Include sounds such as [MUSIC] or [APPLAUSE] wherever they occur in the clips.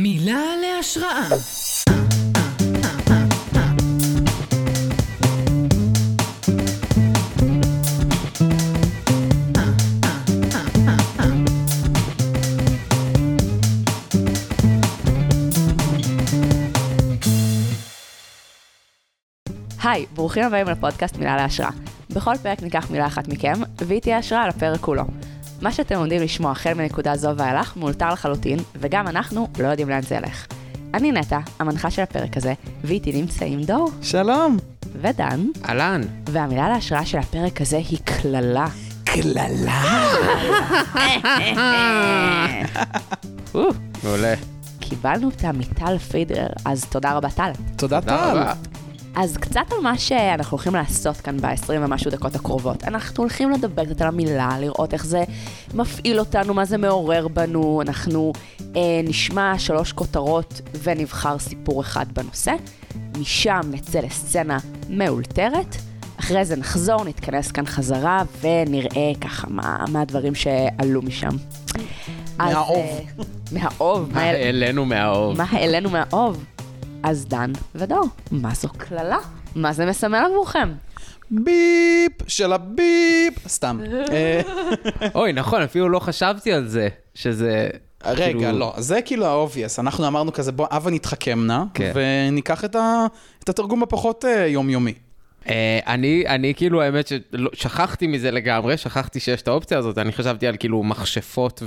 מילה להשראה. היי, ברוכים הבאים לפודקאסט מילה להשראה. בכל פרק ניקח מילה אחת מכם, והיא תהיה השראה על הפרק כולו. מה שאתם עומדים לשמוע החל מנקודה זו ואילך מאולתר לחלוטין, וגם אנחנו לא יודעים לאן זה ילך. אני נטע, המנחה של הפרק הזה, ואיתי נמצאים דור שלום. ודן, אהלן. והמילה להשראה של הפרק הזה היא קללה. קללה. או, מעולה. קיבלנו אותה מטל פיידרר, אז תודה רבה טל. תודה תודה טל. רבה. אז קצת על מה שאנחנו הולכים לעשות כאן ב-20 ומשהו דקות הקרובות. אנחנו הולכים לדבר קצת על המילה, לראות איך זה מפעיל אותנו, מה זה מעורר בנו. אנחנו אה, נשמע שלוש כותרות ונבחר סיפור אחד בנושא. משם נצא לסצנה מאולתרת. אחרי זה נחזור, נתכנס כאן חזרה ונראה ככה מה, מה הדברים שעלו משם. אז, מהאוב. אה, אה, מהאוב, מה מה- העלינו מהאוב? מה העלינו מהאוב? אז דן ודור, מה זו קללה? מה זה מסמל עבורכם? ביפ של [LAUGHS] הביפ. סתם. אה, אוי, נכון, אפילו לא חשבתי על זה, שזה... רגע, כאילו- לא. זה כאילו ה-obvious. אנחנו אמרנו כזה, בוא, הבה נתחכם נא, כן. וניקח את ה- את התרגום הפחות אה, יומיומי. אה, אני, אני כאילו, האמת ששכחתי מזה לגמרי, שכחתי שיש את האופציה הזאת, אני חשבתי על כאילו מכשפות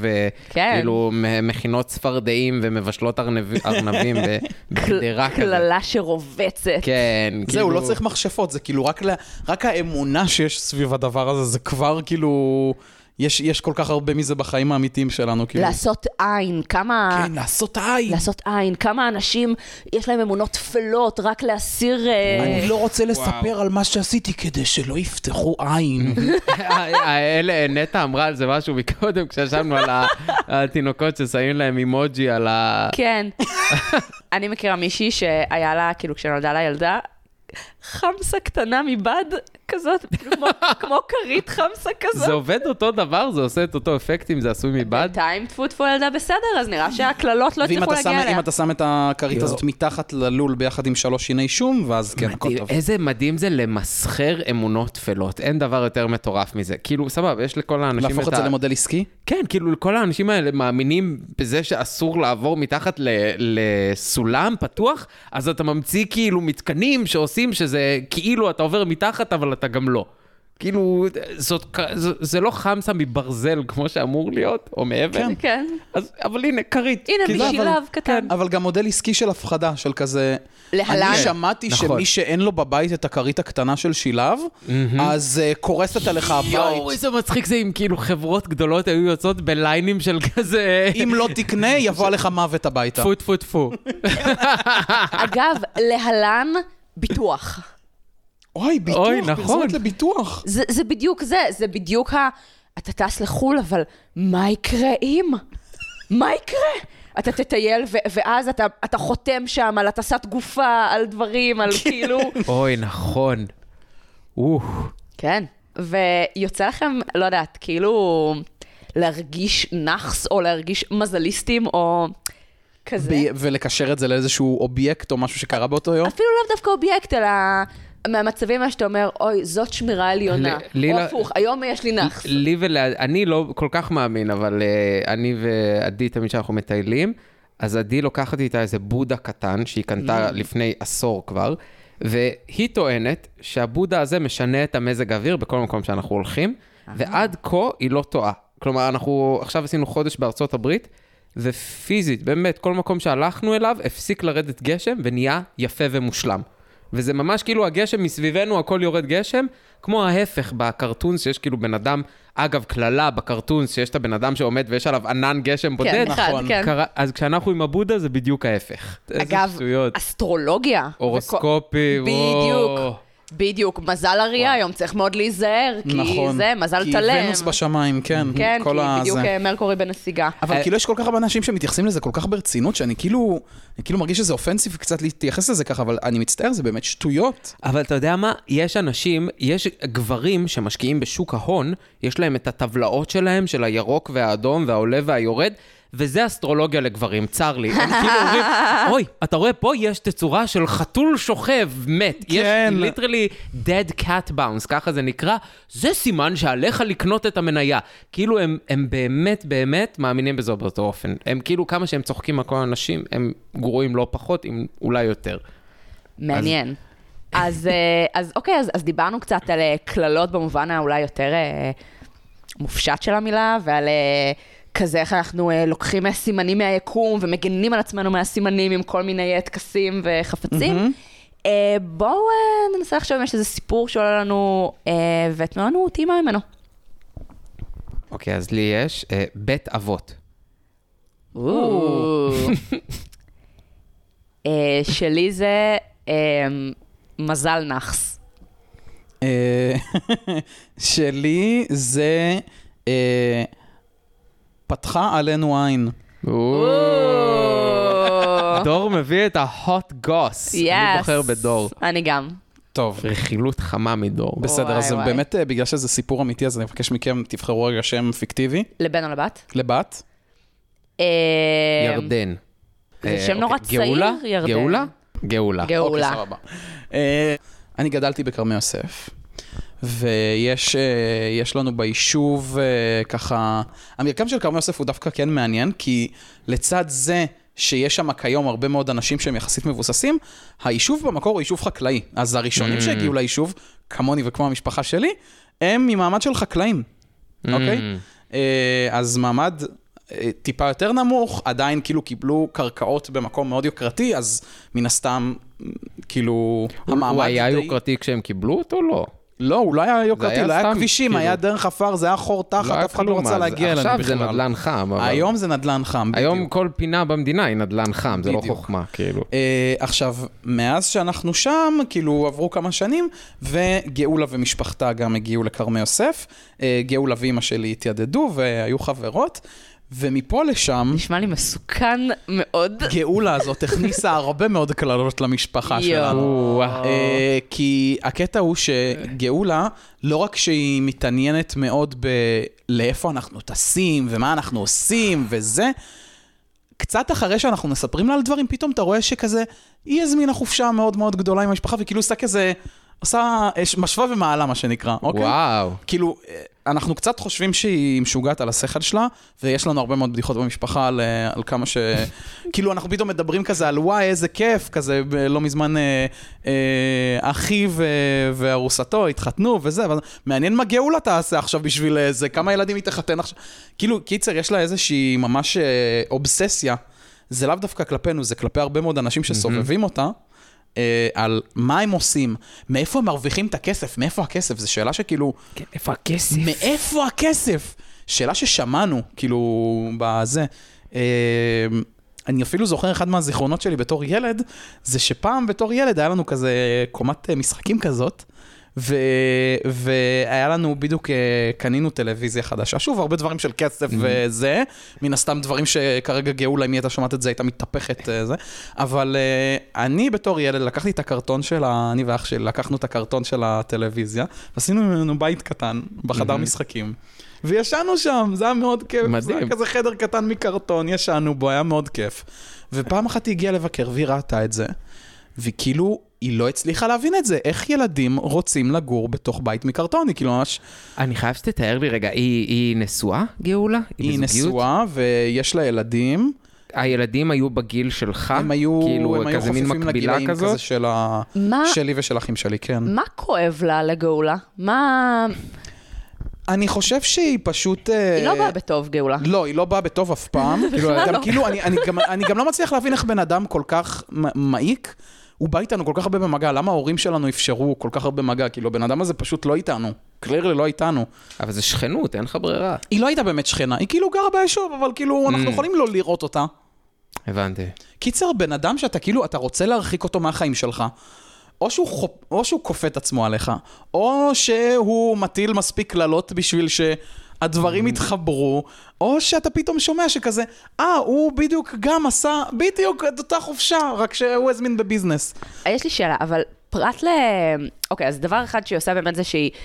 כן. וכאילו מ- מכינות צפרדעים ומבשלות ארנב- ארנבים [LAUGHS] בגדרה כזה. קללה שרובצת. כן, כאילו... זהו, לא [LAUGHS] צריך מכשפות, זה כאילו רק ל- רק האמונה שיש סביב הדבר הזה, זה כבר כאילו... יש יש כל כך הרבה מזה בחיים האמיתיים שלנו, כאילו. לעשות עין, כמה... כן, לעשות עין. לעשות עין, כמה אנשים יש להם אמונות טפלות, רק להסיר... אה, אני לא רוצה לספר על מה שעשיתי כדי שלא יפתחו עין. [LAUGHS] אלה, נטע אמרה על זה משהו מקודם, כשישבנו על [LAUGHS] ה- התינוקות ששמים להם אימוג'י על ה... כן. [LAUGHS] אני מכירה מישהי שהיה לה, כאילו, כשנולדה לה ילדה, חמסה קטנה מבד כזאת, כמו- [LAUGHS] כמו כרית חמסה כזאת. זה עובד אותו דבר, זה עושה את אותו אפקטים, זה עשוי מבד. בינתיים טפו טפו ילדה בסדר, אז נראה שהקללות לא ואם הצליחו אתה, שם, להגיע אליה. אם אתה שם את הכרית הזאת מתחת ללול ביחד עם שלוש שיני שום, ואז כן, הכל מדהים, טוב. איזה מדהים זה למסחר אמונות טפלות, אין דבר יותר מטורף מזה. כאילו, סבבה, יש לכל האנשים להפוך את זה למודל עסקי? כן, כאילו, כל האנשים האלה מאמינים בזה שאסור לעבור מתחת ל... לסולם פתוח, אז אתה ממציא כאילו מתקנים שעושים שזה כאילו אתה עובר מתחת, אבל אתה גם לא. כאילו, זאת... כ- ז- זה לא חמסה מברזל כמו שאמור להיות, או מאבן. כן. כן. אז, אבל הנה, כרית. הנה, כאילו, בשילב אבל- קטן. אבל גם מודל עסקי של הפחדה, של כזה... להלן. אני שמעתי נכון. שמי שאין לו בבית את הכרית הקטנה של שילב, אז אה, קורסת עליך יואו, הבית. איזה מצחיק זה אם כאילו חברות גדולות היו יוצאות בליינים של כזה... אם לא [LAUGHS] תקנה, יבוא עליך מוות הביתה. טפו טפו טפו. אגב, להלן ביטוח. אוי, ביטוח, אוי, נכון. פרסומת לביטוח. זה, זה בדיוק זה, זה בדיוק ה... אתה טס לחו"ל, אבל מה יקרה אם? מה יקרה? אתה תטייל, ו- ואז אתה, אתה חותם שם על הטסת גופה, על דברים, על כאילו... אוי, נכון. אוף. כן. ויוצא לכם, לא יודעת, כאילו להרגיש נאחס, או להרגיש מזליסטים, או כזה. ב- ולקשר את זה לאיזשהו אובייקט או משהו שקרה באותו יום. אפילו לאו דווקא אובייקט, אלא מהמצבים האלה שאתה אומר, אוי, זאת שמירה עליונה. ל- לי או לא- הפוך, היום יש לי נאחס. לי ול... אני לא כל כך מאמין, אבל אה, אני ועדי, תמיד כשאנחנו מטיילים, אז עדי לוקחת איתה איזה בודה קטן, שהיא קנתה לפני עשור כבר, והיא טוענת שהבודה הזה משנה את המזג האוויר בכל מקום שאנחנו הולכים, ועד כה היא לא טועה. כלומר, אנחנו עכשיו עשינו חודש בארצות הברית, ופיזית, באמת, כל מקום שהלכנו אליו, הפסיק לרדת גשם ונהיה יפה ומושלם. וזה ממש כאילו הגשם מסביבנו, הכל יורד גשם, כמו ההפך בקרטונס, שיש כאילו בן אדם, אגב, קללה בקרטונס, שיש את הבן אדם שעומד ויש עליו ענן גשם בודד. כן, אחד, נכון. כן. קרה, אז כשאנחנו עם הבודה זה בדיוק ההפך. איזה אגב, שטויות. אסטרולוגיה. הורוסקופי, וכל- וואו. בדיוק, בדיוק. מזל אריה היום, צריך מאוד להיזהר, כי נכון. זה, מזל תלם. כי ונוס בשמיים, כן. כן, כל כי ה- בדיוק זה. אה, מרקורי בנסיגה. אבל כאילו יש כל כך הרבה אנשים שמתייחסים לזה כל כך ברצינות, שאני כאילו, אני כאילו מרגיש שזה אופנסיב קצת להתייחס לזה ככה, אבל אני מצטער, זה באמת שטויות. אבל אתה יודע מה? יש אנשים, יש גברים שמשקיעים בשוק ההון, יש להם את הטבלאות שלהם, של הירוק והאדום והעולה והיורד, וזה אסטרולוגיה לגברים, צר לי. הם כאילו אומרים, אוי, אתה רואה, פה יש תצורה של חתול שוכב, מת. כן. יש ליטרלי dead cat bounce, ככה זה נקרא. זה סימן שעליך לקנות את המניה. כאילו הם, הם באמת באמת מאמינים בזה באותו אופן. הם כאילו, כמה שהם צוחקים על כל האנשים, הם גרועים לא פחות, אם אולי יותר. מעניין. אז, אה, אז אוקיי, אז, אז דיברנו קצת על אה, קללות במובן האולי יותר אה, מופשט של המילה, ועל אה, כזה איך אנחנו אה, לוקחים אה, סימנים מהיקום ומגנים על עצמנו מהסימנים עם כל מיני אה, טקסים וחפצים. אה, בואו אה, ננסה לחשוב אם יש איזה סיפור שעולה לנו, אה, ותנו לנו טעימה ממנו. אוקיי, אז לי יש אה, בית אבות. [LAUGHS] אה, שלי זה אה, מזל נאחס. אה, [LAUGHS] שלי זה אה, פתחה עלינו עין. דור מביא את ההוט גוס. אני Yes. בוחר בדור. אני גם. טוב. רכילות חמה מדור. אוקיי. אוקיי. בסדר, אז וואי. באמת, אה, בגלל שזה סיפור אמיתי, אז אני מבקש מכם, תבחרו רגע שם פיקטיבי לבן או לבת? לבת. אה, ירדן. זה אה, שם נורא אוקיי. צעיר, גאולה? ירדן. גאולה? גאולה. גאולה. אוקיי, סבבה. אה, אני גדלתי בכרמי יוסף, ויש אה, יש לנו ביישוב אה, ככה... המרקם של כרמי יוסף הוא דווקא כן מעניין, כי לצד זה שיש שם כיום הרבה מאוד אנשים שהם יחסית מבוססים, היישוב במקור הוא יישוב חקלאי. אז הראשונים שהגיעו ליישוב, כמוני וכמו המשפחה שלי, הם ממעמד של חקלאים, אוקיי? Mm. אה, אז מעמד אה, טיפה יותר נמוך, עדיין כאילו קיבלו קרקעות במקום מאוד יוקרתי, אז מן הסתם, מ, כאילו, הוא- הוא היה יוקרתי כשהם קיבלו אותו? לא. לא, הוא לא היה יוקרתי, היה לא היה סתם, כבישים, כאילו. היה דרך עפר, זה היה חור תחת, היה אף אחד לא כלום, רצה אז להגיע אלינו עכשיו בכלל. זה נדלן חם. אבל- היום זה נדלן חם, היום בדיוק. כל פינה במדינה היא נדלן חם, זה לא בדיוק. חוכמה, כאילו. אה, עכשיו, מאז שאנחנו שם, כאילו עברו כמה שנים, וגאולה ומשפחתה גם הגיעו לכרמי יוסף. אה, גאולה ואימא שלי התיידדו והיו חברות, ומפה לשם... נשמע לי מסוכן מאוד. הגאולה הזאת הכניסה הרבה מאוד קללות למשפחה יואו. שלנו. וואו. אה, כי הקטע הוא שגאולה, לא רק שהיא מתעניינת מאוד ב... לאיפה אנחנו טסים, ומה אנחנו עושים, וזה, קצת אחרי שאנחנו מספרים לה על דברים, פתאום אתה רואה שכזה, היא הזמינה חופשה מאוד מאוד גדולה עם המשפחה, וכאילו עושה כזה, עושה, אה, משווה ומעלה, מה שנקרא, אוקיי? וואו. כאילו, אה, אנחנו קצת חושבים שהיא משוגעת על השכל שלה, ויש לנו הרבה מאוד בדיחות במשפחה על, אה, על כמה ש... [LAUGHS] כאילו, אנחנו פתאום מדברים כזה על וואי, איזה כיף, כזה ב- לא מזמן אה, אה, אחיו אה, וארוסתו התחתנו וזה, ואז מעניין מה גאולה תעשה עכשיו בשביל אה, זה, כמה ילדים היא תחתן עכשיו. כאילו, קיצר, יש לה איזושהי ממש אה, אובססיה. זה לאו דווקא כלפינו, זה כלפי הרבה מאוד אנשים שסובבים אותה. אה, על מה הם עושים, מאיפה הם מרוויחים את הכסף, מאיפה הכסף, זו שאלה שכאילו, כן, איפה הכסף? מאיפה הכסף? שאלה ששמענו, כאילו, בזה. אה, אני אפילו זוכר אחד מהזיכרונות שלי בתור ילד, זה שפעם בתור ילד היה לנו כזה קומת אה, משחקים כזאת, ו... והיה לנו בדיוק, אה, קנינו טלוויזיה חדשה, שוב, הרבה דברים של כסף וזה, מן הסתם דברים שכרגע גאולה, אם היא הייתה שומעת את זה, הייתה מתהפכת אה, זה, אבל אה, אני בתור ילד לקחתי את הקרטון של ה... אני ואח שלי לקחנו את הקרטון של הטלוויזיה, עשינו ממנו בית קטן בחדר משחקים. וישנו שם, זה היה מאוד כיף. זה היה מדהים. כזה חדר קטן מקרטון, ישנו בו, היה מאוד כיף. ופעם אחת היא הגיעה לבקר והיא ראתה את זה, וכאילו, היא לא הצליחה להבין את זה, איך ילדים רוצים לגור בתוך בית מקרטון, היא כאילו ממש... אני חייב שתתאר לי רגע, היא היא נשואה, גאולה? היא בזוגיות? נשואה ויש לה ילדים, הילדים היו בגיל שלך? הם היו, כאילו, הם היו כזה מין חופפים מקבילה לגילאים כזה כזאת? של ה... מה? שלי ושל אחים שלי, כן. מה כואב לה לגאולה? מה... אני חושב שהיא פשוט... אה, אה, היא לא באה בטוב, גאולה. לא, היא לא באה בטוב אף פעם. כאילו, בכלל גם [LAUGHS] לא. כאילו, אני, אני, גם, אני גם לא מצליח להבין איך בן אדם כל כך מ- מעיק, הוא בא איתנו כל כך הרבה במגע, למה ההורים שלנו אפשרו כל כך הרבה מגע? כאילו, הבן אדם הזה פשוט לא איתנו. קלירלי לא איתנו. אבל זה שכנות, אין לך ברירה. היא לא הייתה באמת שכנה, היא כאילו גרה ביישוב, אבל כאילו, Mm. אנחנו יכולים לא לראות אותה. הבנתי. קיצר, בן אדם שאתה כאילו, אתה רוצה להרחיק אותו מהחיים שלך. או שהוא, חופ... או שהוא כופה את עצמו עליך, או שהוא מטיל מספיק קללות בשביל שהדברים יתחברו, או שאתה פתאום שומע שכזה, אה, הוא בדיוק גם עשה בדיוק את אותה חופשה, רק שהוא הזמין בביזנס. יש לי שאלה, אבל פרט ל... אוקיי, אז דבר אחד שהיא עושה באמת זה שהיא כן.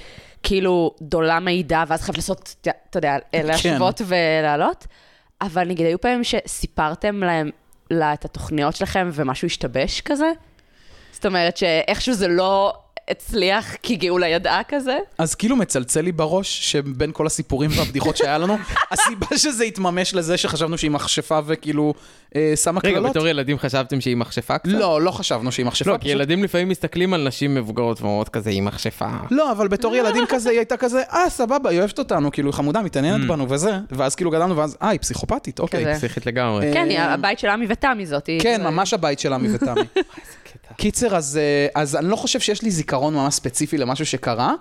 כאילו דולה מידע, ואז חייבת לעשות, אתה יודע, להשוות ולהעלות. אבל נגיד, היו פעמים שסיפרתם להם, לה את התוכניות שלכם ומשהו השתבש כזה? זאת אומרת שאיכשהו זה לא הצליח כי גאולה ידעה כזה? אז כאילו מצלצל לי בראש שבין כל הסיפורים והבדיחות שהיה [LAUGHS] לנו, הסיבה שזה התממש לזה שחשבנו שהיא מכשפה וכאילו אה, שמה רגע, קללות. בתור ילדים חשבתם שהיא מכשפה קצת? לא, לא חשבנו שהיא מכשפה. לא, פשוט- כי ילדים לפעמים מסתכלים על נשים מבוגרות ואומרות כזה, היא מכשפה. לא, אבל בתור ילדים כזה, היא הייתה כזה, אה, סבבה, היא אוהבת אותנו, כאילו, היא חמודה, מתעניינת בנו וזה, ואז כאילו גדלנו, ואז, אה, היא פסיכופתית, אוקיי. כזה. פסיכית לגמרי. אה, כן, היא- הבית של עמי ותמי זאתי. כן, ממש הבית של עמי [LAUGHS] ותמי. קיצר, אז, אה, אז אני לא חושב שיש לי זיכרון ממש ספציפי למשהו שקרה,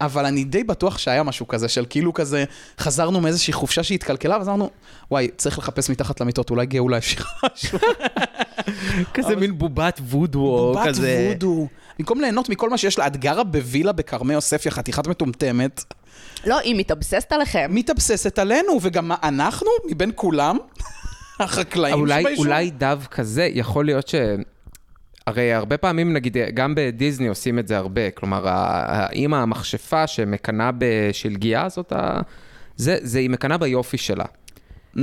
אבל אני די בטוח שהיה משהו כזה, של כאילו כזה, חזרנו מאיזושהי חופשה שהתקלקלה, ואז אמרנו, וואי, צריך לחפש מתחת למיטות, אולי גאולה השאירה משהו. כזה מין בובת וודו, בת כזה. וודו. במקום ליהנות מכל מה שיש לה, את גרה בווילה בכרמי יוספיה, חתיכת מטומטמת, לא, היא מתאבססת עליכם. מתאבססת עלינו, וגם מה, אנחנו, מבין כולם, [LAUGHS] החקלאים אולי, שביישוב. אולי דווקא זה, יכול להיות ש... הרי הרבה פעמים, נגיד, גם בדיסני עושים את זה הרבה. כלומר, ה- האימא המכשפה שמקנאה בשלגיה, זאת ה... זה, זה, היא מקנאה ביופי שלה. אה,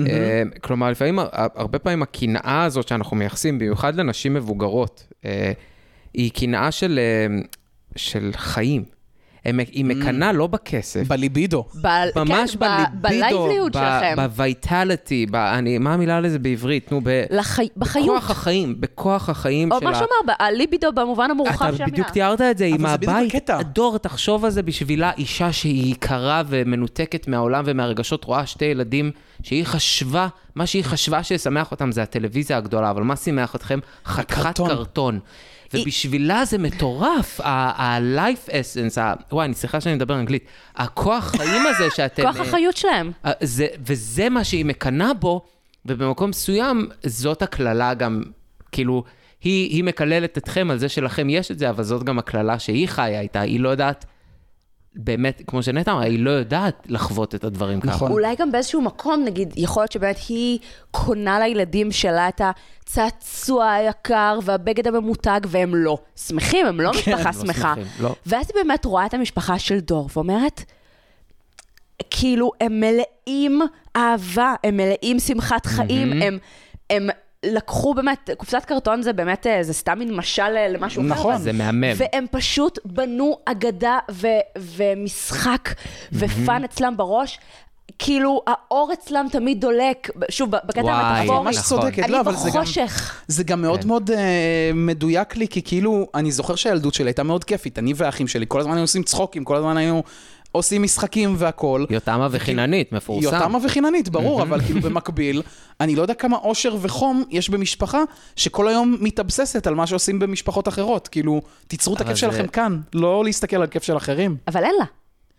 כלומר, לפעמים, הר- הרבה פעמים הקנאה הזאת שאנחנו מייחסים, במיוחד לנשים מבוגרות, אה, היא קנאה של, אה, של חיים. הם- היא מקנאה לא בכסף, בליבידו. ב- ממש כן, ב- בלייבליהוד שלכם. בוויטליטי, ב- אני- מה המילה לזה בעברית? נו, ב... לחי- בחיות. בכוח החיים, בכוח החיים או של מה ה- שאמר, הליבידו במובן המורחב של אתה המילה. בדיוק תיארת את זה עם זה בדיוק הבית. הקטע. הדור, תחשוב על זה בשבילה אישה שהיא יקרה ומנותקת מהעולם ומהרגשות, רואה שתי ילדים שהיא חשבה, מה שהיא חשבה שישמח אותם זה הטלוויזיה הגדולה, אבל מה שימח אתכם? חתיכת הקרטון. קרטון. ובשבילה זה מטורף, ה-life essence, ה- וואי, אני סליחה שאני מדבר אנגלית, הכוח חיים הזה שאתם... כוח אה, החיות שלהם. אה, זה, וזה מה שהיא מקנאה בו, ובמקום מסוים זאת הקללה גם, כאילו, היא, היא מקללת אתכם על זה שלכם יש את זה, אבל זאת גם הקללה שהיא חיה איתה, היא לא יודעת, באמת, כמו שנטע אמרה, היא לא יודעת לחוות את הדברים ככה. נכון. אולי גם באיזשהו מקום, נגיד, יכול להיות שבאמת היא קונה לילדים שלה את הצעצוע היקר והבגד הממותג, והם לא שמחים, הם לא משפחה הם לא שמחה. שמחים, לא. ואז היא באמת רואה את המשפחה של דור ואומרת, כאילו, הם מלאים אהבה, הם מלאים שמחת חיים, הם... הם לקחו באמת, קופסת קרטון זה באמת, אה, זה סתם מין משל אה, למשהו אחר. נכון. אבל- זה מהמם. והם פשוט בנו אגדה ו- ומשחק ופאן אצלם בראש. כאילו, האור אצלם תמיד דולק, שוב, בקטע וואי, המטאפורי. ממש נכון. צודקת, אני לא, אבל זה גם... בחושך. זה גם מאוד כן. מאוד אה, מדויק לי, כי כאילו, אני זוכר שהילדות שלי הייתה מאוד כיפית, אני והאחים שלי, כל הזמן היינו עושים צחוקים, כל הזמן היינו עושים משחקים והכול. יותמה וחיננית, מפורסם. יותמה וחיננית, ברור, אבל [LAUGHS] כאילו במקביל, אני לא יודע כמה אושר וחום יש במשפחה שכל היום מתאבססת על מה שעושים במשפחות אחרות. כאילו, תיצרו את אבל הכיף זה- שלכם כאן, לא להסתכל על כיף של אחרים. אבל אין לה.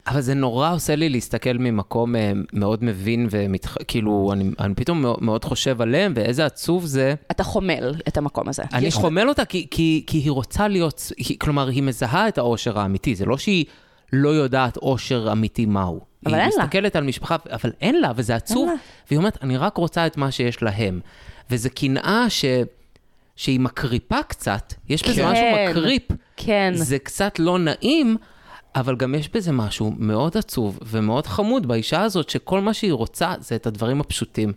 אבל זה נורא עושה לי להסתכל ממקום אה, מאוד מבין ומתח... כאילו, אני, אני פתאום מאוד- מאוד חושב עליהם, ואיזה עצוב זה. אתה חומל את המקום הזה. אני חומל אותה כי, כי, כי היא רוצה להיות, היא, כלומר, היא מזהה את האושר האמיתי, זה לא שהיא לא יודעת אושר אמיתי מהו. אבל אין היא לה. מסתכלת על משפחה, אבל אין לה, וזה עצוב. לה. והיא אומרת, אני רק רוצה את מה שיש להם. וזו קנאה ש... שהיא מקריפה קצת, יש בזה כן. משהו מקריפ. כן. זה קצת לא נעים, אבל גם יש בזה משהו מאוד עצוב ומאוד חמוד באישה הזאת, שכל מה שהיא רוצה זה את הדברים הפשוטים.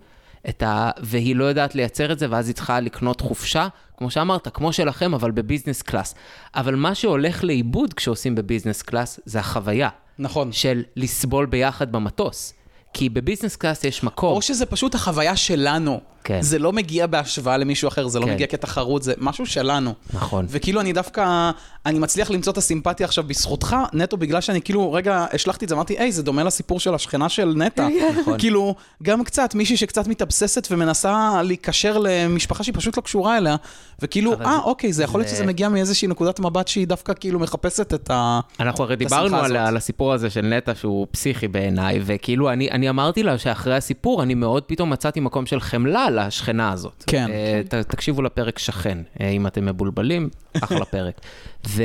את ה... והיא לא יודעת לייצר את זה, ואז היא צריכה לקנות חופשה, כמו שאמרת, כמו שלכם, אבל בביזנס קלאס. אבל מה שהולך לאיבוד כשעושים בביזנס קלאס, זה החוויה נכון. של לסבול ביחד במטוס. כי בביזנס קלאס יש מקום. או שזה פשוט החוויה שלנו. כן. זה לא מגיע בהשוואה למישהו אחר, זה לא כן. מגיע כתחרות, זה משהו שלנו. נכון. וכאילו אני דווקא, אני מצליח למצוא את הסימפתיה עכשיו בזכותך, נטו בגלל שאני כאילו, רגע, השלחתי את זה, אמרתי, היי, זה דומה לסיפור של השכנה של נטע. [LAUGHS] נכון. כאילו, גם קצת, מישהי שקצת מתאבססת ומנסה להיקשר למשפחה שהיא פשוט לא קשורה אליה, וכאילו, אבל אה, זה- אוקיי, זה יכול להיות זה- שזה מגיע מאיזושהי נקודת מבט שהיא דווקא כאילו מחפשת את ה... אנחנו הרי את השמחה דיברנו על, הזאת. על הסיפור הזה של נטע שהוא פסיכי בעיניי, וכאילו אני, אני אמרתי לה שאחרי הסיפור אני מאוד פתאום מצאתי מקום של חמלה לשכנה הזאת. כן. אה, ת, תקשיבו לפרק שכן, אה, אם אתם מבולבלים, [LAUGHS] אחלה פרק. ו...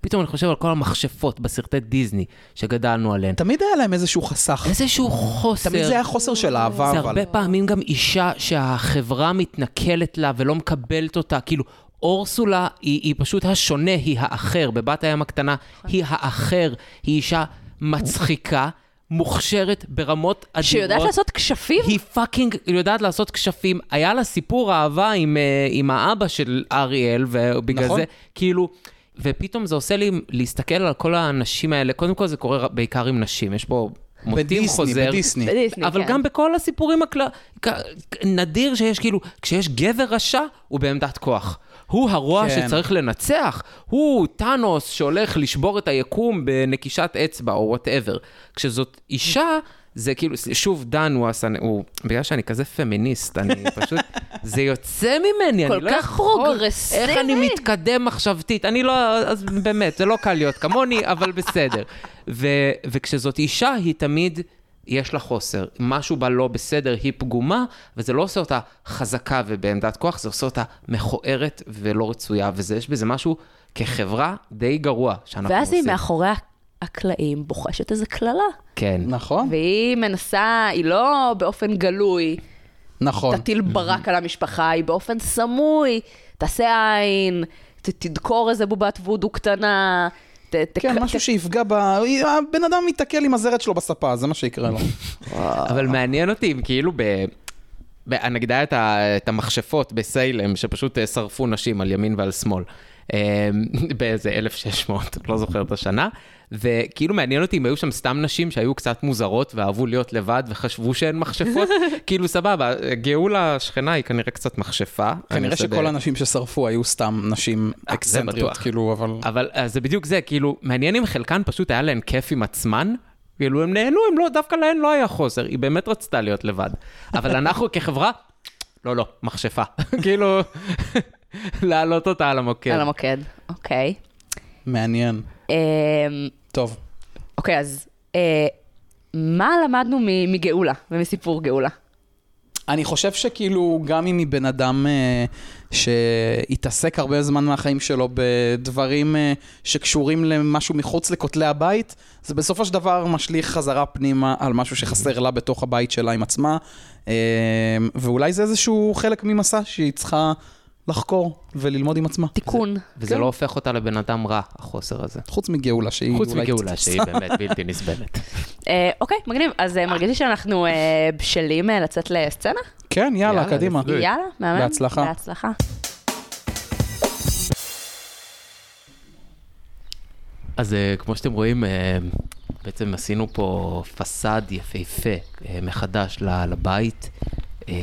פתאום אני חושב על כל המכשפות בסרטי דיסני שגדלנו עליהן. תמיד היה להם איזשהו חסך. איזשהו חוסר. תמיד זה היה חוסר של אהבה, זה אבל. הרבה פעמים גם אישה שהחברה מתנכלת לה ולא מקבלת אותה, כאילו... אורסולה היא, היא פשוט השונה, נכון. היא האחר. בבת הים הקטנה היא האחר, היא אישה מצחיקה, מוכשרת ברמות אדירות. שיודעת לעשות כשפים? היא פאקינג יודעת לעשות כשפים. היה לה סיפור אהבה עם, אה, עם האבא של אריאל, ובגלל נכון. נכון. זה, כאילו... ופתאום זה עושה לי להסתכל על כל האנשים האלה. קודם כל זה קורה בעיקר עם נשים, יש פה מוטיב בדיסני, חוזר. בדיסני. בדיסני, אבל כן. גם בכל הסיפורים הכל... נדיר שיש כאילו, כשיש גבר רשע, הוא בעמדת כוח. הוא הרוע כן. כן. שצריך לנצח, הוא טאנוס שהולך לשבור את היקום בנקישת אצבע או וואטאבר. כשזאת אישה, זה כאילו, שוב, דן הוא הסנ... הוא... בגלל שאני כזה פמיניסט, אני [LAUGHS] פשוט... זה יוצא ממני, אני כל לא כך יכול... פרוגרסיבי. איך אני מתקדם מחשבתית? אני לא... אז באמת, זה לא קל להיות כמוני, אבל בסדר. ו... וכשזאת אישה, היא תמיד... יש לה חוסר, משהו בה לא בסדר, היא פגומה, וזה לא עושה אותה חזקה ובעמדת כוח, זה עושה אותה מכוערת ולא רצויה, וזה, יש בזה משהו כחברה די גרוע שאנחנו ואז עושים. היא מאחורי הקלעים בוחשת איזה קללה. כן. נכון, והיא מנסה, היא לא באופן גלוי, נכון. תטיל ברק על המשפחה, היא באופן סמוי, תעשה עין, ת- תדקור איזה בובת וודו קטנה. ת- ת- כן, ת- משהו שיפגע ב... הבן אדם ייתקל עם הזרת שלו בספה, זה מה שיקרה [LAUGHS] לו. אבל מעניין אותי אם כאילו ב... ב- הנגדה את, ה... את המכשפות בסיילם, שפשוט אה, שרפו נשים על ימין ועל שמאל, אה, [LAUGHS] באיזה 1600, לא זוכר את השנה, וכאילו מעניין אותי אם היו שם סתם נשים שהיו קצת מוזרות ואהבו להיות לבד וחשבו שהן [LAUGHS] מכשפות, כאילו סבבה, גאולה שכנה היא כנראה קצת מכשפה. אני כנראה עושה שכל ב- הנשים ששרפו היו סתם נשים אה, זה אקסנטריות, בטוח. כאילו, אבל... אבל אה, זה בדיוק זה, כאילו, מעניין אם חלקן פשוט היה להן כיף עם עצמן, כאילו, הם נהנו, הם לא, דווקא להן לא היה חוסר, היא באמת רצתה להיות לבד. אבל אנחנו כחברה, לא, לא, מכשפה. [LAUGHS] כאילו, להעלות אותה על המוקד. כן. על המוקד, אוקיי. מעניין. אמ, טוב. אוקיי, אז אה, מה למדנו מ- מגאולה ומסיפור גאולה? אני חושב שכאילו, גם אם היא בן אדם אה, שהתעסק הרבה זמן מהחיים שלו בדברים אה, שקשורים למשהו מחוץ לכותלי הבית, זה בסופו של דבר משליך חזרה פנימה על משהו שחסר לה בתוך הבית שלה עם עצמה, אה, ואולי זה איזשהו חלק ממסע שהיא צריכה לחקור וללמוד עם עצמה. תיקון. וזה כן. לא הופך אותה לבן אדם רע, החוסר הזה. חוץ מגאולה, שהיא חוץ אולי מגאולה, קצת- שהיא [LAUGHS] באמת בלתי נסבלת. אה, אוקיי, מגניב. אז אה, מרגיש לי שאנחנו אה, בשלים אה, לצאת לסצנה? כן, יאללה, יאללה, קדימה. לפני. יאללה, מהמם. בהצלחה. בהצלחה. אז אה, כמו שאתם רואים, אה, בעצם עשינו פה פסאד יפהפה אה, מחדש ל- לבית. אה,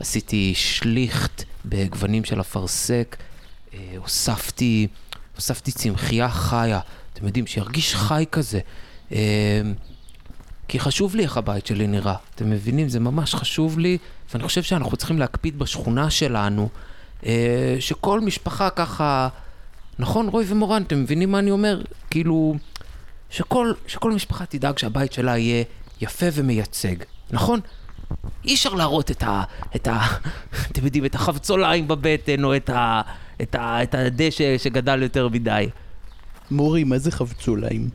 עשיתי שליכט בגוונים של אפרסק, אה, הוספתי, הוספתי צמחייה חיה, אתם יודעים, שירגיש חי כזה. אה, כי חשוב לי איך הבית שלי נראה. אתם מבינים? זה ממש חשוב לי, ואני חושב שאנחנו צריכים להקפיד בשכונה שלנו, אה, שכל משפחה ככה... נכון, רוי ומורן, אתם מבינים מה אני אומר? כאילו, שכל, שכל משפחה תדאג שהבית שלה יהיה יפה ומייצג, נכון? אי אפשר להראות את ה... את ה... [LAUGHS] אתם יודעים, את החבצוליים בבטן, או את, ה, את, ה, את הדשא שגדל יותר מדי. מורי, מה זה חבצוליים?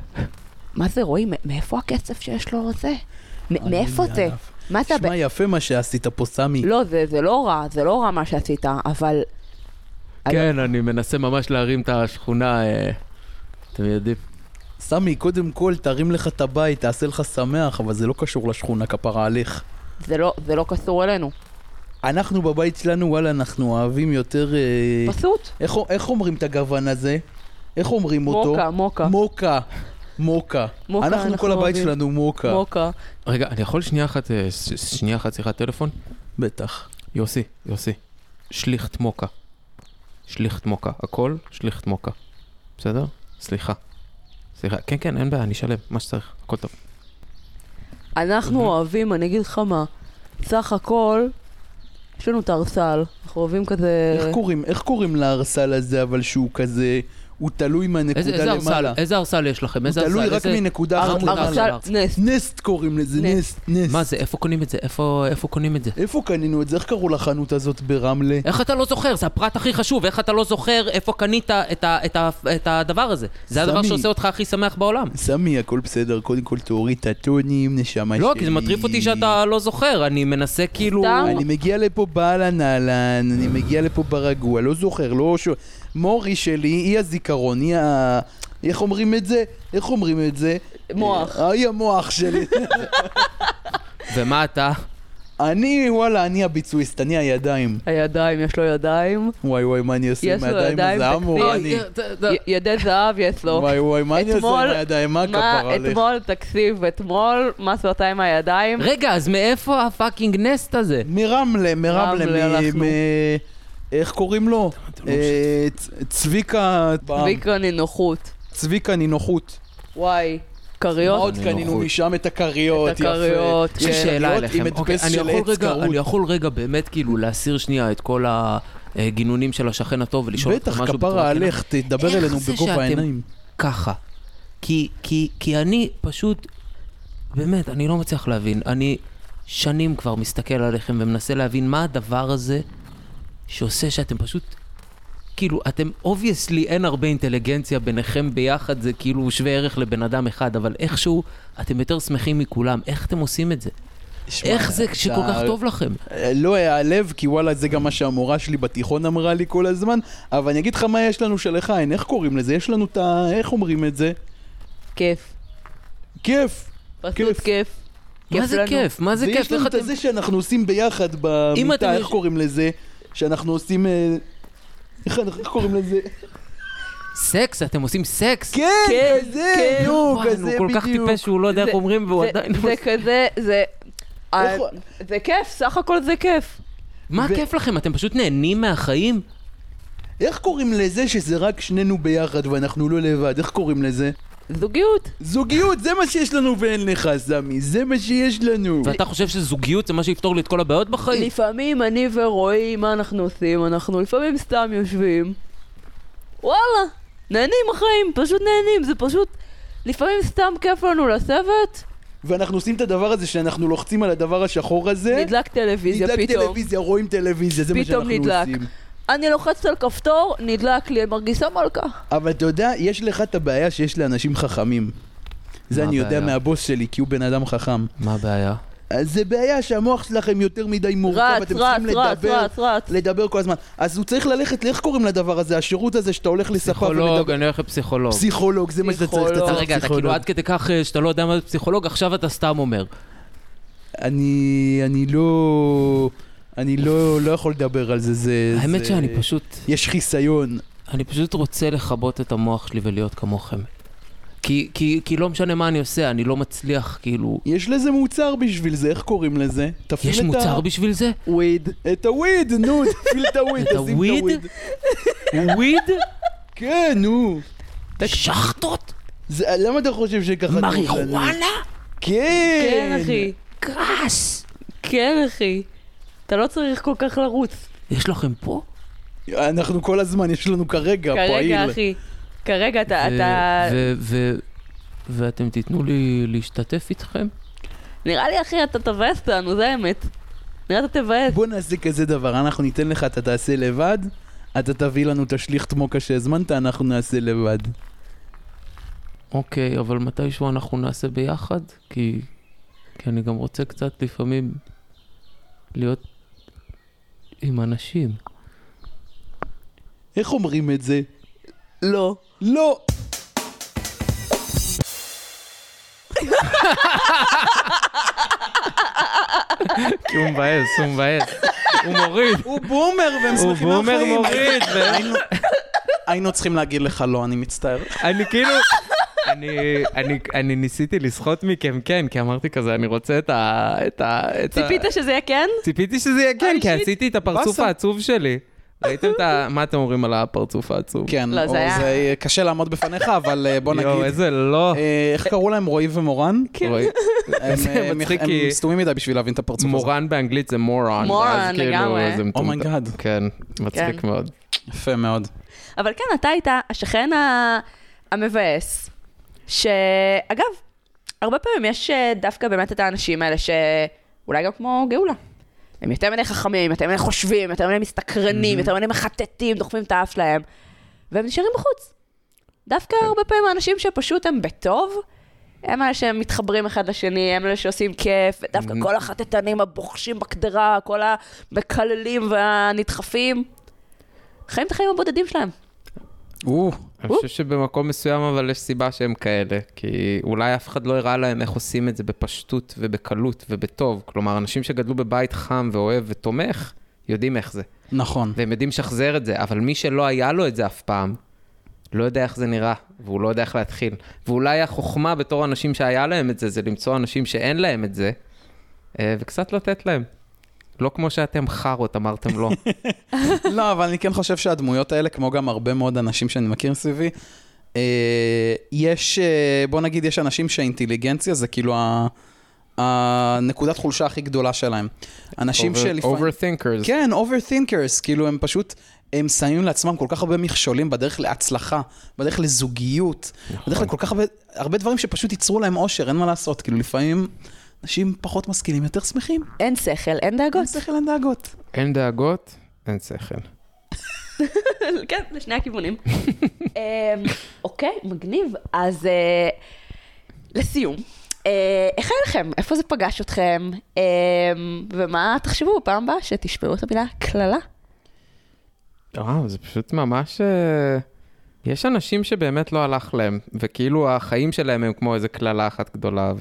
מה זה, רועי? מ- מאיפה הקצף שיש לו זה? מ- מאיפה זה? עליו. מה זה... הבן- יפה מה שעשית פה, סמי. לא, זה זה לא רע, זה לא רע מה שעשית, אבל... כן, אני מנסה ממש להרים את השכונה, אה, אתם יודעים. סמי, קודם כל, תרים לך את הבית, תעשה לך שמח, אבל זה לא קשור לשכונה, כפרה עליך. זה לא, זה לא קשור אלינו. אנחנו בבית שלנו, וואלה, אנחנו אוהבים יותר... אה, פסוט. איך, איך אומרים את הגוון הזה? איך אומרים אותו? מוקה, מוקה. מוקה. מוקה. מוקה, אנחנו, אנחנו כל הבית אוהבים. שלנו מוקה. מוקה. רגע, אני יכול שנייה אחת, אה, ש- שנייה אחת שיחת טלפון? בטח. יוסי, יוסי, שליכט מוקה. שליכט מוקה. הכל שליכט מוקה. בסדר? סליחה. סליחה. כן, כן, אין בעיה, אני אשלם, מה שצריך, הכל טוב. אנחנו אוהבים, אני אגיד לך מה, סך הכל, יש לנו את הארסל, אנחנו אוהבים אה. כזה... איך קוראים, איך קוראים לארסל הזה, אבל שהוא כזה... הוא תלוי מהנקודה למעלה. איזה ארסל יש לכם? הוא תלוי רק מנקודה אחת ארסל- למעלה. ארסל ארסל. נס. נסט קוראים לזה, נס. נסט, נסט. זה, איפה קונים את זה? איפה קונים את זה? איפה קנינו את זה? איך קראו לחנות הזאת ברמלה? איך אתה לא זוכר? זה הפרט הכי חשוב, איך אתה לא זוכר איפה קנית את, ה, את, ה, את הדבר הזה? זה הדבר סמי. שעושה אותך הכי שמח בעולם. סמי, הכל בסדר, קודם כל תוריד את הטונים, נשמה שלי. לא, כי זה מטריף אותי שאתה לא זוכר, אני מנסה כאילו... סתם. אני מגיע לפה באהלן אהלן, אני מגיע לפה ברגוע, לא זוכר, לא ש... מורי שלי, היא הזיכרון, היא ה... איך אומרים את זה? איך אומרים את זה? מוח. היי המוח [LAUGHS] שלי. ומה אתה? אני, וואלה, אני הביצועיסט, אני הידיים. הידיים, יש לו ידיים. וואי וואי, מה אני עושה עם יש לו הידיים? ידיים, זה אמור, תקציב. אני. י- ידי זהב יש לו. וואי וואי, מה אני עושה עם אתמול- הידיים? מה מה, כפרה לי? אתמול, תקשיב, אתמול, מה שפתיים עם הידיים? רגע, אז מאיפה הפאקינג נסט הזה? רמלה מרמלה, מרמלה, מ... הלכנו. מ... איך קוראים לו? אה, צ- צביקה... ויקרא נינוחות. צביקה נינוחות. וואי, מה כריות? עוד קנינו משם? את הכריות, את יפה. הכריות, יש לי כן. שאלה להיות עם אליכם. הדפס אוקיי, אני של יכול עץ רגע- כרות. אני יכול רגע באמת כאילו להסיר שנייה את כל הגינונים של השכן הטוב ולשאול אותך משהו בטח, בצורה כפרה כנה? עליך, תדבר איך אלינו זה בגובה שאתם- העיניים. ככה. כי, כי, כי אני פשוט, באמת, אני לא מצליח להבין. אני שנים כבר מסתכל עליכם ומנסה להבין מה הדבר הזה שעושה שאתם פשוט, כאילו, אתם, אובייסלי אין הרבה אינטליגנציה ביניכם ביחד, זה כאילו שווה ערך לבן אדם אחד, אבל איכשהו אתם יותר שמחים מכולם. איך אתם עושים את זה? שמע, איך זה שכל אתה- כך טוב לכם? לא אעלב, כי וואלה, זה גם מה שהמורה שלי בתיכון אמרה לי כל הזמן, אבל אני אגיד לך מה יש לנו שלך אין, איך קוראים לזה? יש לנו את ה... איך אומרים את זה? כיף. כיף. פשוט כיף. כיף. מה זה לנו. כיף? מה זה ויש כיף? לנו איך את אתם... זה שאנחנו עושים ביחד אתם במיטה, איך יש- קוראים לזה? שאנחנו עושים... אה, איך אנחנו- איך קוראים [LAUGHS] לזה? סקס? אתם עושים סקס? כן, כן, כזה, כן. בדיוק, וואי, כזה הוא כל כך בדיוק. טיפש שהוא לא יודע איך זה- אומרים והוא זה- עדיין... זה כזה, זה... איך- אה, זה כיף, סך הכל זה כיף. מה ו- כיף לכם? אתם פשוט נהנים מהחיים? איך קוראים לזה שזה רק שנינו ביחד ואנחנו לא לבד? איך קוראים לזה? זוגיות. זוגיות, זה מה שיש לנו ואין לך, סמי, זה מה שיש לנו. ואתה חושב שזוגיות זה מה שיפתור לי את כל הבעיות בחיים? לפעמים אני ורועי, מה אנחנו עושים? אנחנו לפעמים סתם יושבים. וואלה, נהנים החיים, פשוט נהנים, זה פשוט... לפעמים סתם כיף לנו לשבת, ואנחנו עושים את הדבר הזה שאנחנו לוחצים על הדבר השחור הזה. נדלק טלוויזיה נדלק פתאום. טלוויזיה, רואים טלוויזיה, זה מה פתאום שאנחנו נדלק. עושים. אני לוחצת על כפתור, נדלק לי, אני מרגישה מלכה. אבל אתה יודע, יש לך את הבעיה שיש לאנשים חכמים. זה מה אני יודע הבעיה? מהבוס שלי, כי הוא בן אדם חכם. מה הבעיה? אז זה בעיה שהמוח שלכם יותר מדי מורכב, רץ, אתם רץ, צריכים רץ, לדבר, רץ, רץ. לדבר כל הזמן. אז הוא צריך ללכת, לאיך קוראים לדבר הזה, השירות הזה שאתה הולך לספה פסיכולוג, ולדבר? אני הולך לפסיכולוג. פסיכולוג, זה מה שאתה צריך, אתה פסיכולוג. אז צריך רגע, אתה כאילו פסיכולוג. עד כדי כך אה, שאתה לא יודע מה זה פסיכולוג, עכשיו אתה סתם אומר. אני, אני לא, אני לא, לא יכול לדבר על זה, זה... האמת זה- שאני פשוט, יש חיסיון. אני פשוט רוצה לכבות את המוח שלי ולהיות כמוכם. כי- כי כי לא משנה מה אני עושה, אני לא מצליח, כאילו... יש לזה מוצר בשביל זה, איך קוראים לזה? תפעיל יש את ה- מוצר בשביל זה? וויד. את הוויד, [LAUGHS] נו, תפעיל את הוויד, את תשים את הוויד? הוויד. וויד? כן, נו. שחטות? זה- למה אתה חושב שככה... אתה עובד? מריחואנה? כן. כן, אחי. גראס. כן, אחי. אתה לא צריך כל כך לרוץ. יש לכם פה? אנחנו כל הזמן, יש לנו כרגע פעיל. כרגע, אחי. כרגע אתה... ו- אתה- אה, ו- ו- ואתם תיתנו לי להשתתף איתכם? נראה לי, אחי, אתה תבאס אותנו, זה האמת. נראה לי אתה תבאס. בוא נעשה כזה דבר, אנחנו ניתן לך, אתה תעשה לבד, אתה תביא לנו את השליח תמוקה שהזמנת, אנחנו נעשה לבד. אוקיי, אבל מתישהו אנחנו נעשה ביחד, כי, כי אני גם רוצה קצת לפעמים להיות עם אנשים. איך אומרים את זה? לא. לא! כי הוא מבאס, הוא מבאס. הוא מוריד. הוא בומר והם שמחים מהחיים. [LAUGHS] היינו- היינו צריכים להגיד לך לא, אני מצטער. אני כאילו... אני, אני, אני ניסיתי לסחוט מכם כן, כי אמרתי כזה, אני רוצה את ה... את ה... את ציפית שזה יהיה כן? ציפיתי שזה יהיה כן, כי שיט. עשיתי את הפרצוף באסה. העצוב שלי. ראיתם את ה... [LAUGHS] מה אתם אומרים על הפרצוף העצוב? כן, לא, זה או, היה- זה קשה לעמוד בפניך, אבל אה, בוא [LAUGHS] יואו, נגיד. איזה לא. אה, איך קראו להם, רועי ומורן? כן. [LAUGHS] [LAUGHS] רואי. הם, זה אה, הם- מצחיק, הם כי- סתומים מדי בשביל להבין את הפרצוף הזה. מורן באנגלית זה מורן. מורן, ואז כאילו לגמרי. Oh זה מטומטם. אומייגאד. כן, מצחיק כן. מאוד. יפה מאוד. אבל כן, אתה היית השכן ה- המבאס, שאגב, הרבה פעמים יש אה, דווקא באמת את האנשים האלה שאולי גם כמו גאולה. הם יותר מדי חכמים, יותר מדי חושבים, יותר מדי מסתקרנים, יותר מדי מחטטים, דוחפים את האף שלהם, והם נשארים בחוץ. דווקא הרבה פעמים האנשים שפשוט הם בטוב, הם אלה שהם מתחברים אחד לשני, הם אלה שעושים כיף, ודווקא כל החטטנים הבוחשים בקדרה, כל המקללים והנדחפים, חיים את החיים הבודדים שלהם. או, אני חושב שבמקום מסוים אבל יש סיבה שהם כאלה, כי אולי אף אחד לא הראה להם איך עושים את זה בפשטות ובקלות ובטוב. כלומר, אנשים שגדלו בבית חם ואוהב ותומך, יודעים איך זה. נכון. והם יודעים לשחזר את זה, אבל מי שלא היה לו את זה אף פעם, לא יודע איך זה נראה, והוא לא יודע איך להתחיל. ואולי החוכמה בתור אנשים שהיה להם את זה, זה למצוא אנשים שאין להם את זה, אה, וקצת לתת להם. לא כמו שאתם חארות, אמרתם לא. לא, אבל אני כן חושב שהדמויות האלה, כמו גם הרבה מאוד אנשים שאני מכיר סביבי, אה, יש, אה, בוא נגיד, יש אנשים שהאינטליגנציה זה כאילו ה- הנקודת חולשה הכי גדולה שלהם. [LAUGHS] אנשים Over- שלפעמים... Overthinkers. כן, overthinkers, כאילו הם פשוט, הם שמים לעצמם כל כך הרבה מכשולים בדרך להצלחה, בדרך לזוגיות, נכון. בדרך לכל כך הרבה, הרבה דברים שפשוט ייצרו להם אושר, אין מה לעשות, כאילו לפעמים אנשים פחות משכילים, יותר שמחים, אין שכל, אין אין דאגות. שכל אין דאגות. אין דאגות, אין שכל. [LAUGHS] כן, לשני [LAUGHS] הכיוונים. אה, אוקיי, מגניב. אז אה, לסיום, אה, איך היה לכם? איפה זה פגש אתכם? אה, ומה תחשבו בפעם הבאה שתשמעו את המילה קללה? וואו, זה פשוט ממש... אה, יש אנשים שבאמת לא הלך להם, וכאילו החיים שלהם הם כמו איזה קללה אחת גדולה,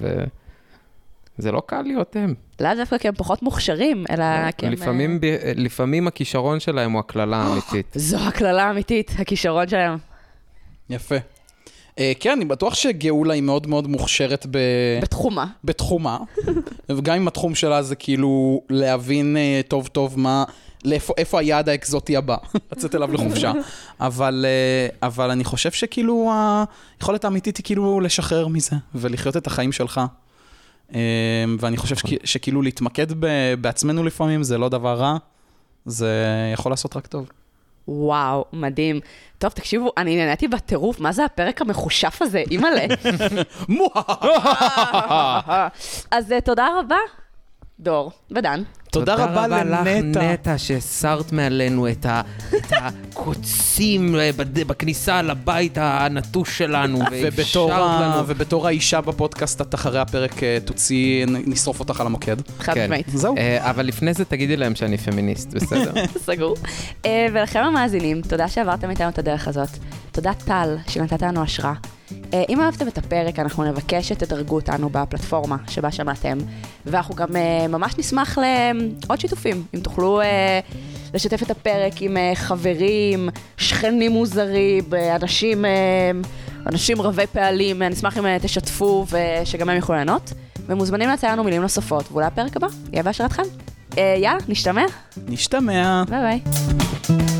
וזה לא קל להיות הם. לאו דווקא כי הם פחות מוכשרים, אלא אה, כי כן. הם... לפעמים, ב... לפעמים הכישרון שלהם הוא הקללה האמיתית. אה, זו הקללה האמיתית, הכישרון שלהם. יפה. אה, כן, אני בטוח שגאולה היא מאוד מאוד מוכשרת ב... בתחומה. בתחומה, וגם אם התחום שלה זה כאילו להבין אה, טוב טוב מה, לאיפה, איפה היעד האקזוטי הבא, [LAUGHS] לצאת אליו לחופשה. אבל, אה, אבל אני חושב שכאילו היכולת האמיתית היא כאילו לשחרר מזה, ולחיות את החיים שלך. אה, ואני חושב שכי- שכאילו להתמקד ב- בעצמנו לפעמים זה לא דבר רע, זה יכול לעשות רק טוב. וואו, מדהים. טוב, תקשיבו, אני נהניתי בטירוף, מה זה הפרק המחושף הזה? אימא'לה. [LAUGHS] אז אה, תודה רבה, דור ודן. תודה רבה לנטע. נטע, שהסרת מעלינו את ה- את הקוצים אה, בד- בכניסה לבית הנטוש שלנו, ובתור, ה... לנו. ובתור האישה בפודקאסט, את אחרי הפרק אה, תוציא, נ- נשרוף אותך על המוקד. חד כן. משמעית. זהו. אה, אבל לפני זה תגידי להם שאני פמיניסט, [LAUGHS] בסדר? [LAUGHS] סגור. אה, ולכם המאזינים, תודה שעברתם איתנו את הדרך הזאת. תודה טל, שנתת לנו השראה. אה, אם אהבתם את הפרק, אנחנו נבקש שתדרגו אותנו בפלטפורמה שבה שמעתם, ואנחנו גם אה, ממש נשמח לעוד שיתופים, אם תוכלו אה, לשתף את הפרק עם אה, חברים, שכנים מוזרים, אה, אנשים, אה, אנשים רבי פעלים, אה, נשמח אם אה, תשתפו ושגם הם יוכלו ליהנות, ומוזמנים להציע לנו מילים נוספות, ואולי הפרק הבא יהיה בהשראתכם. אה, יאללה, נשתמע, é. נשתמע. ביי ביי.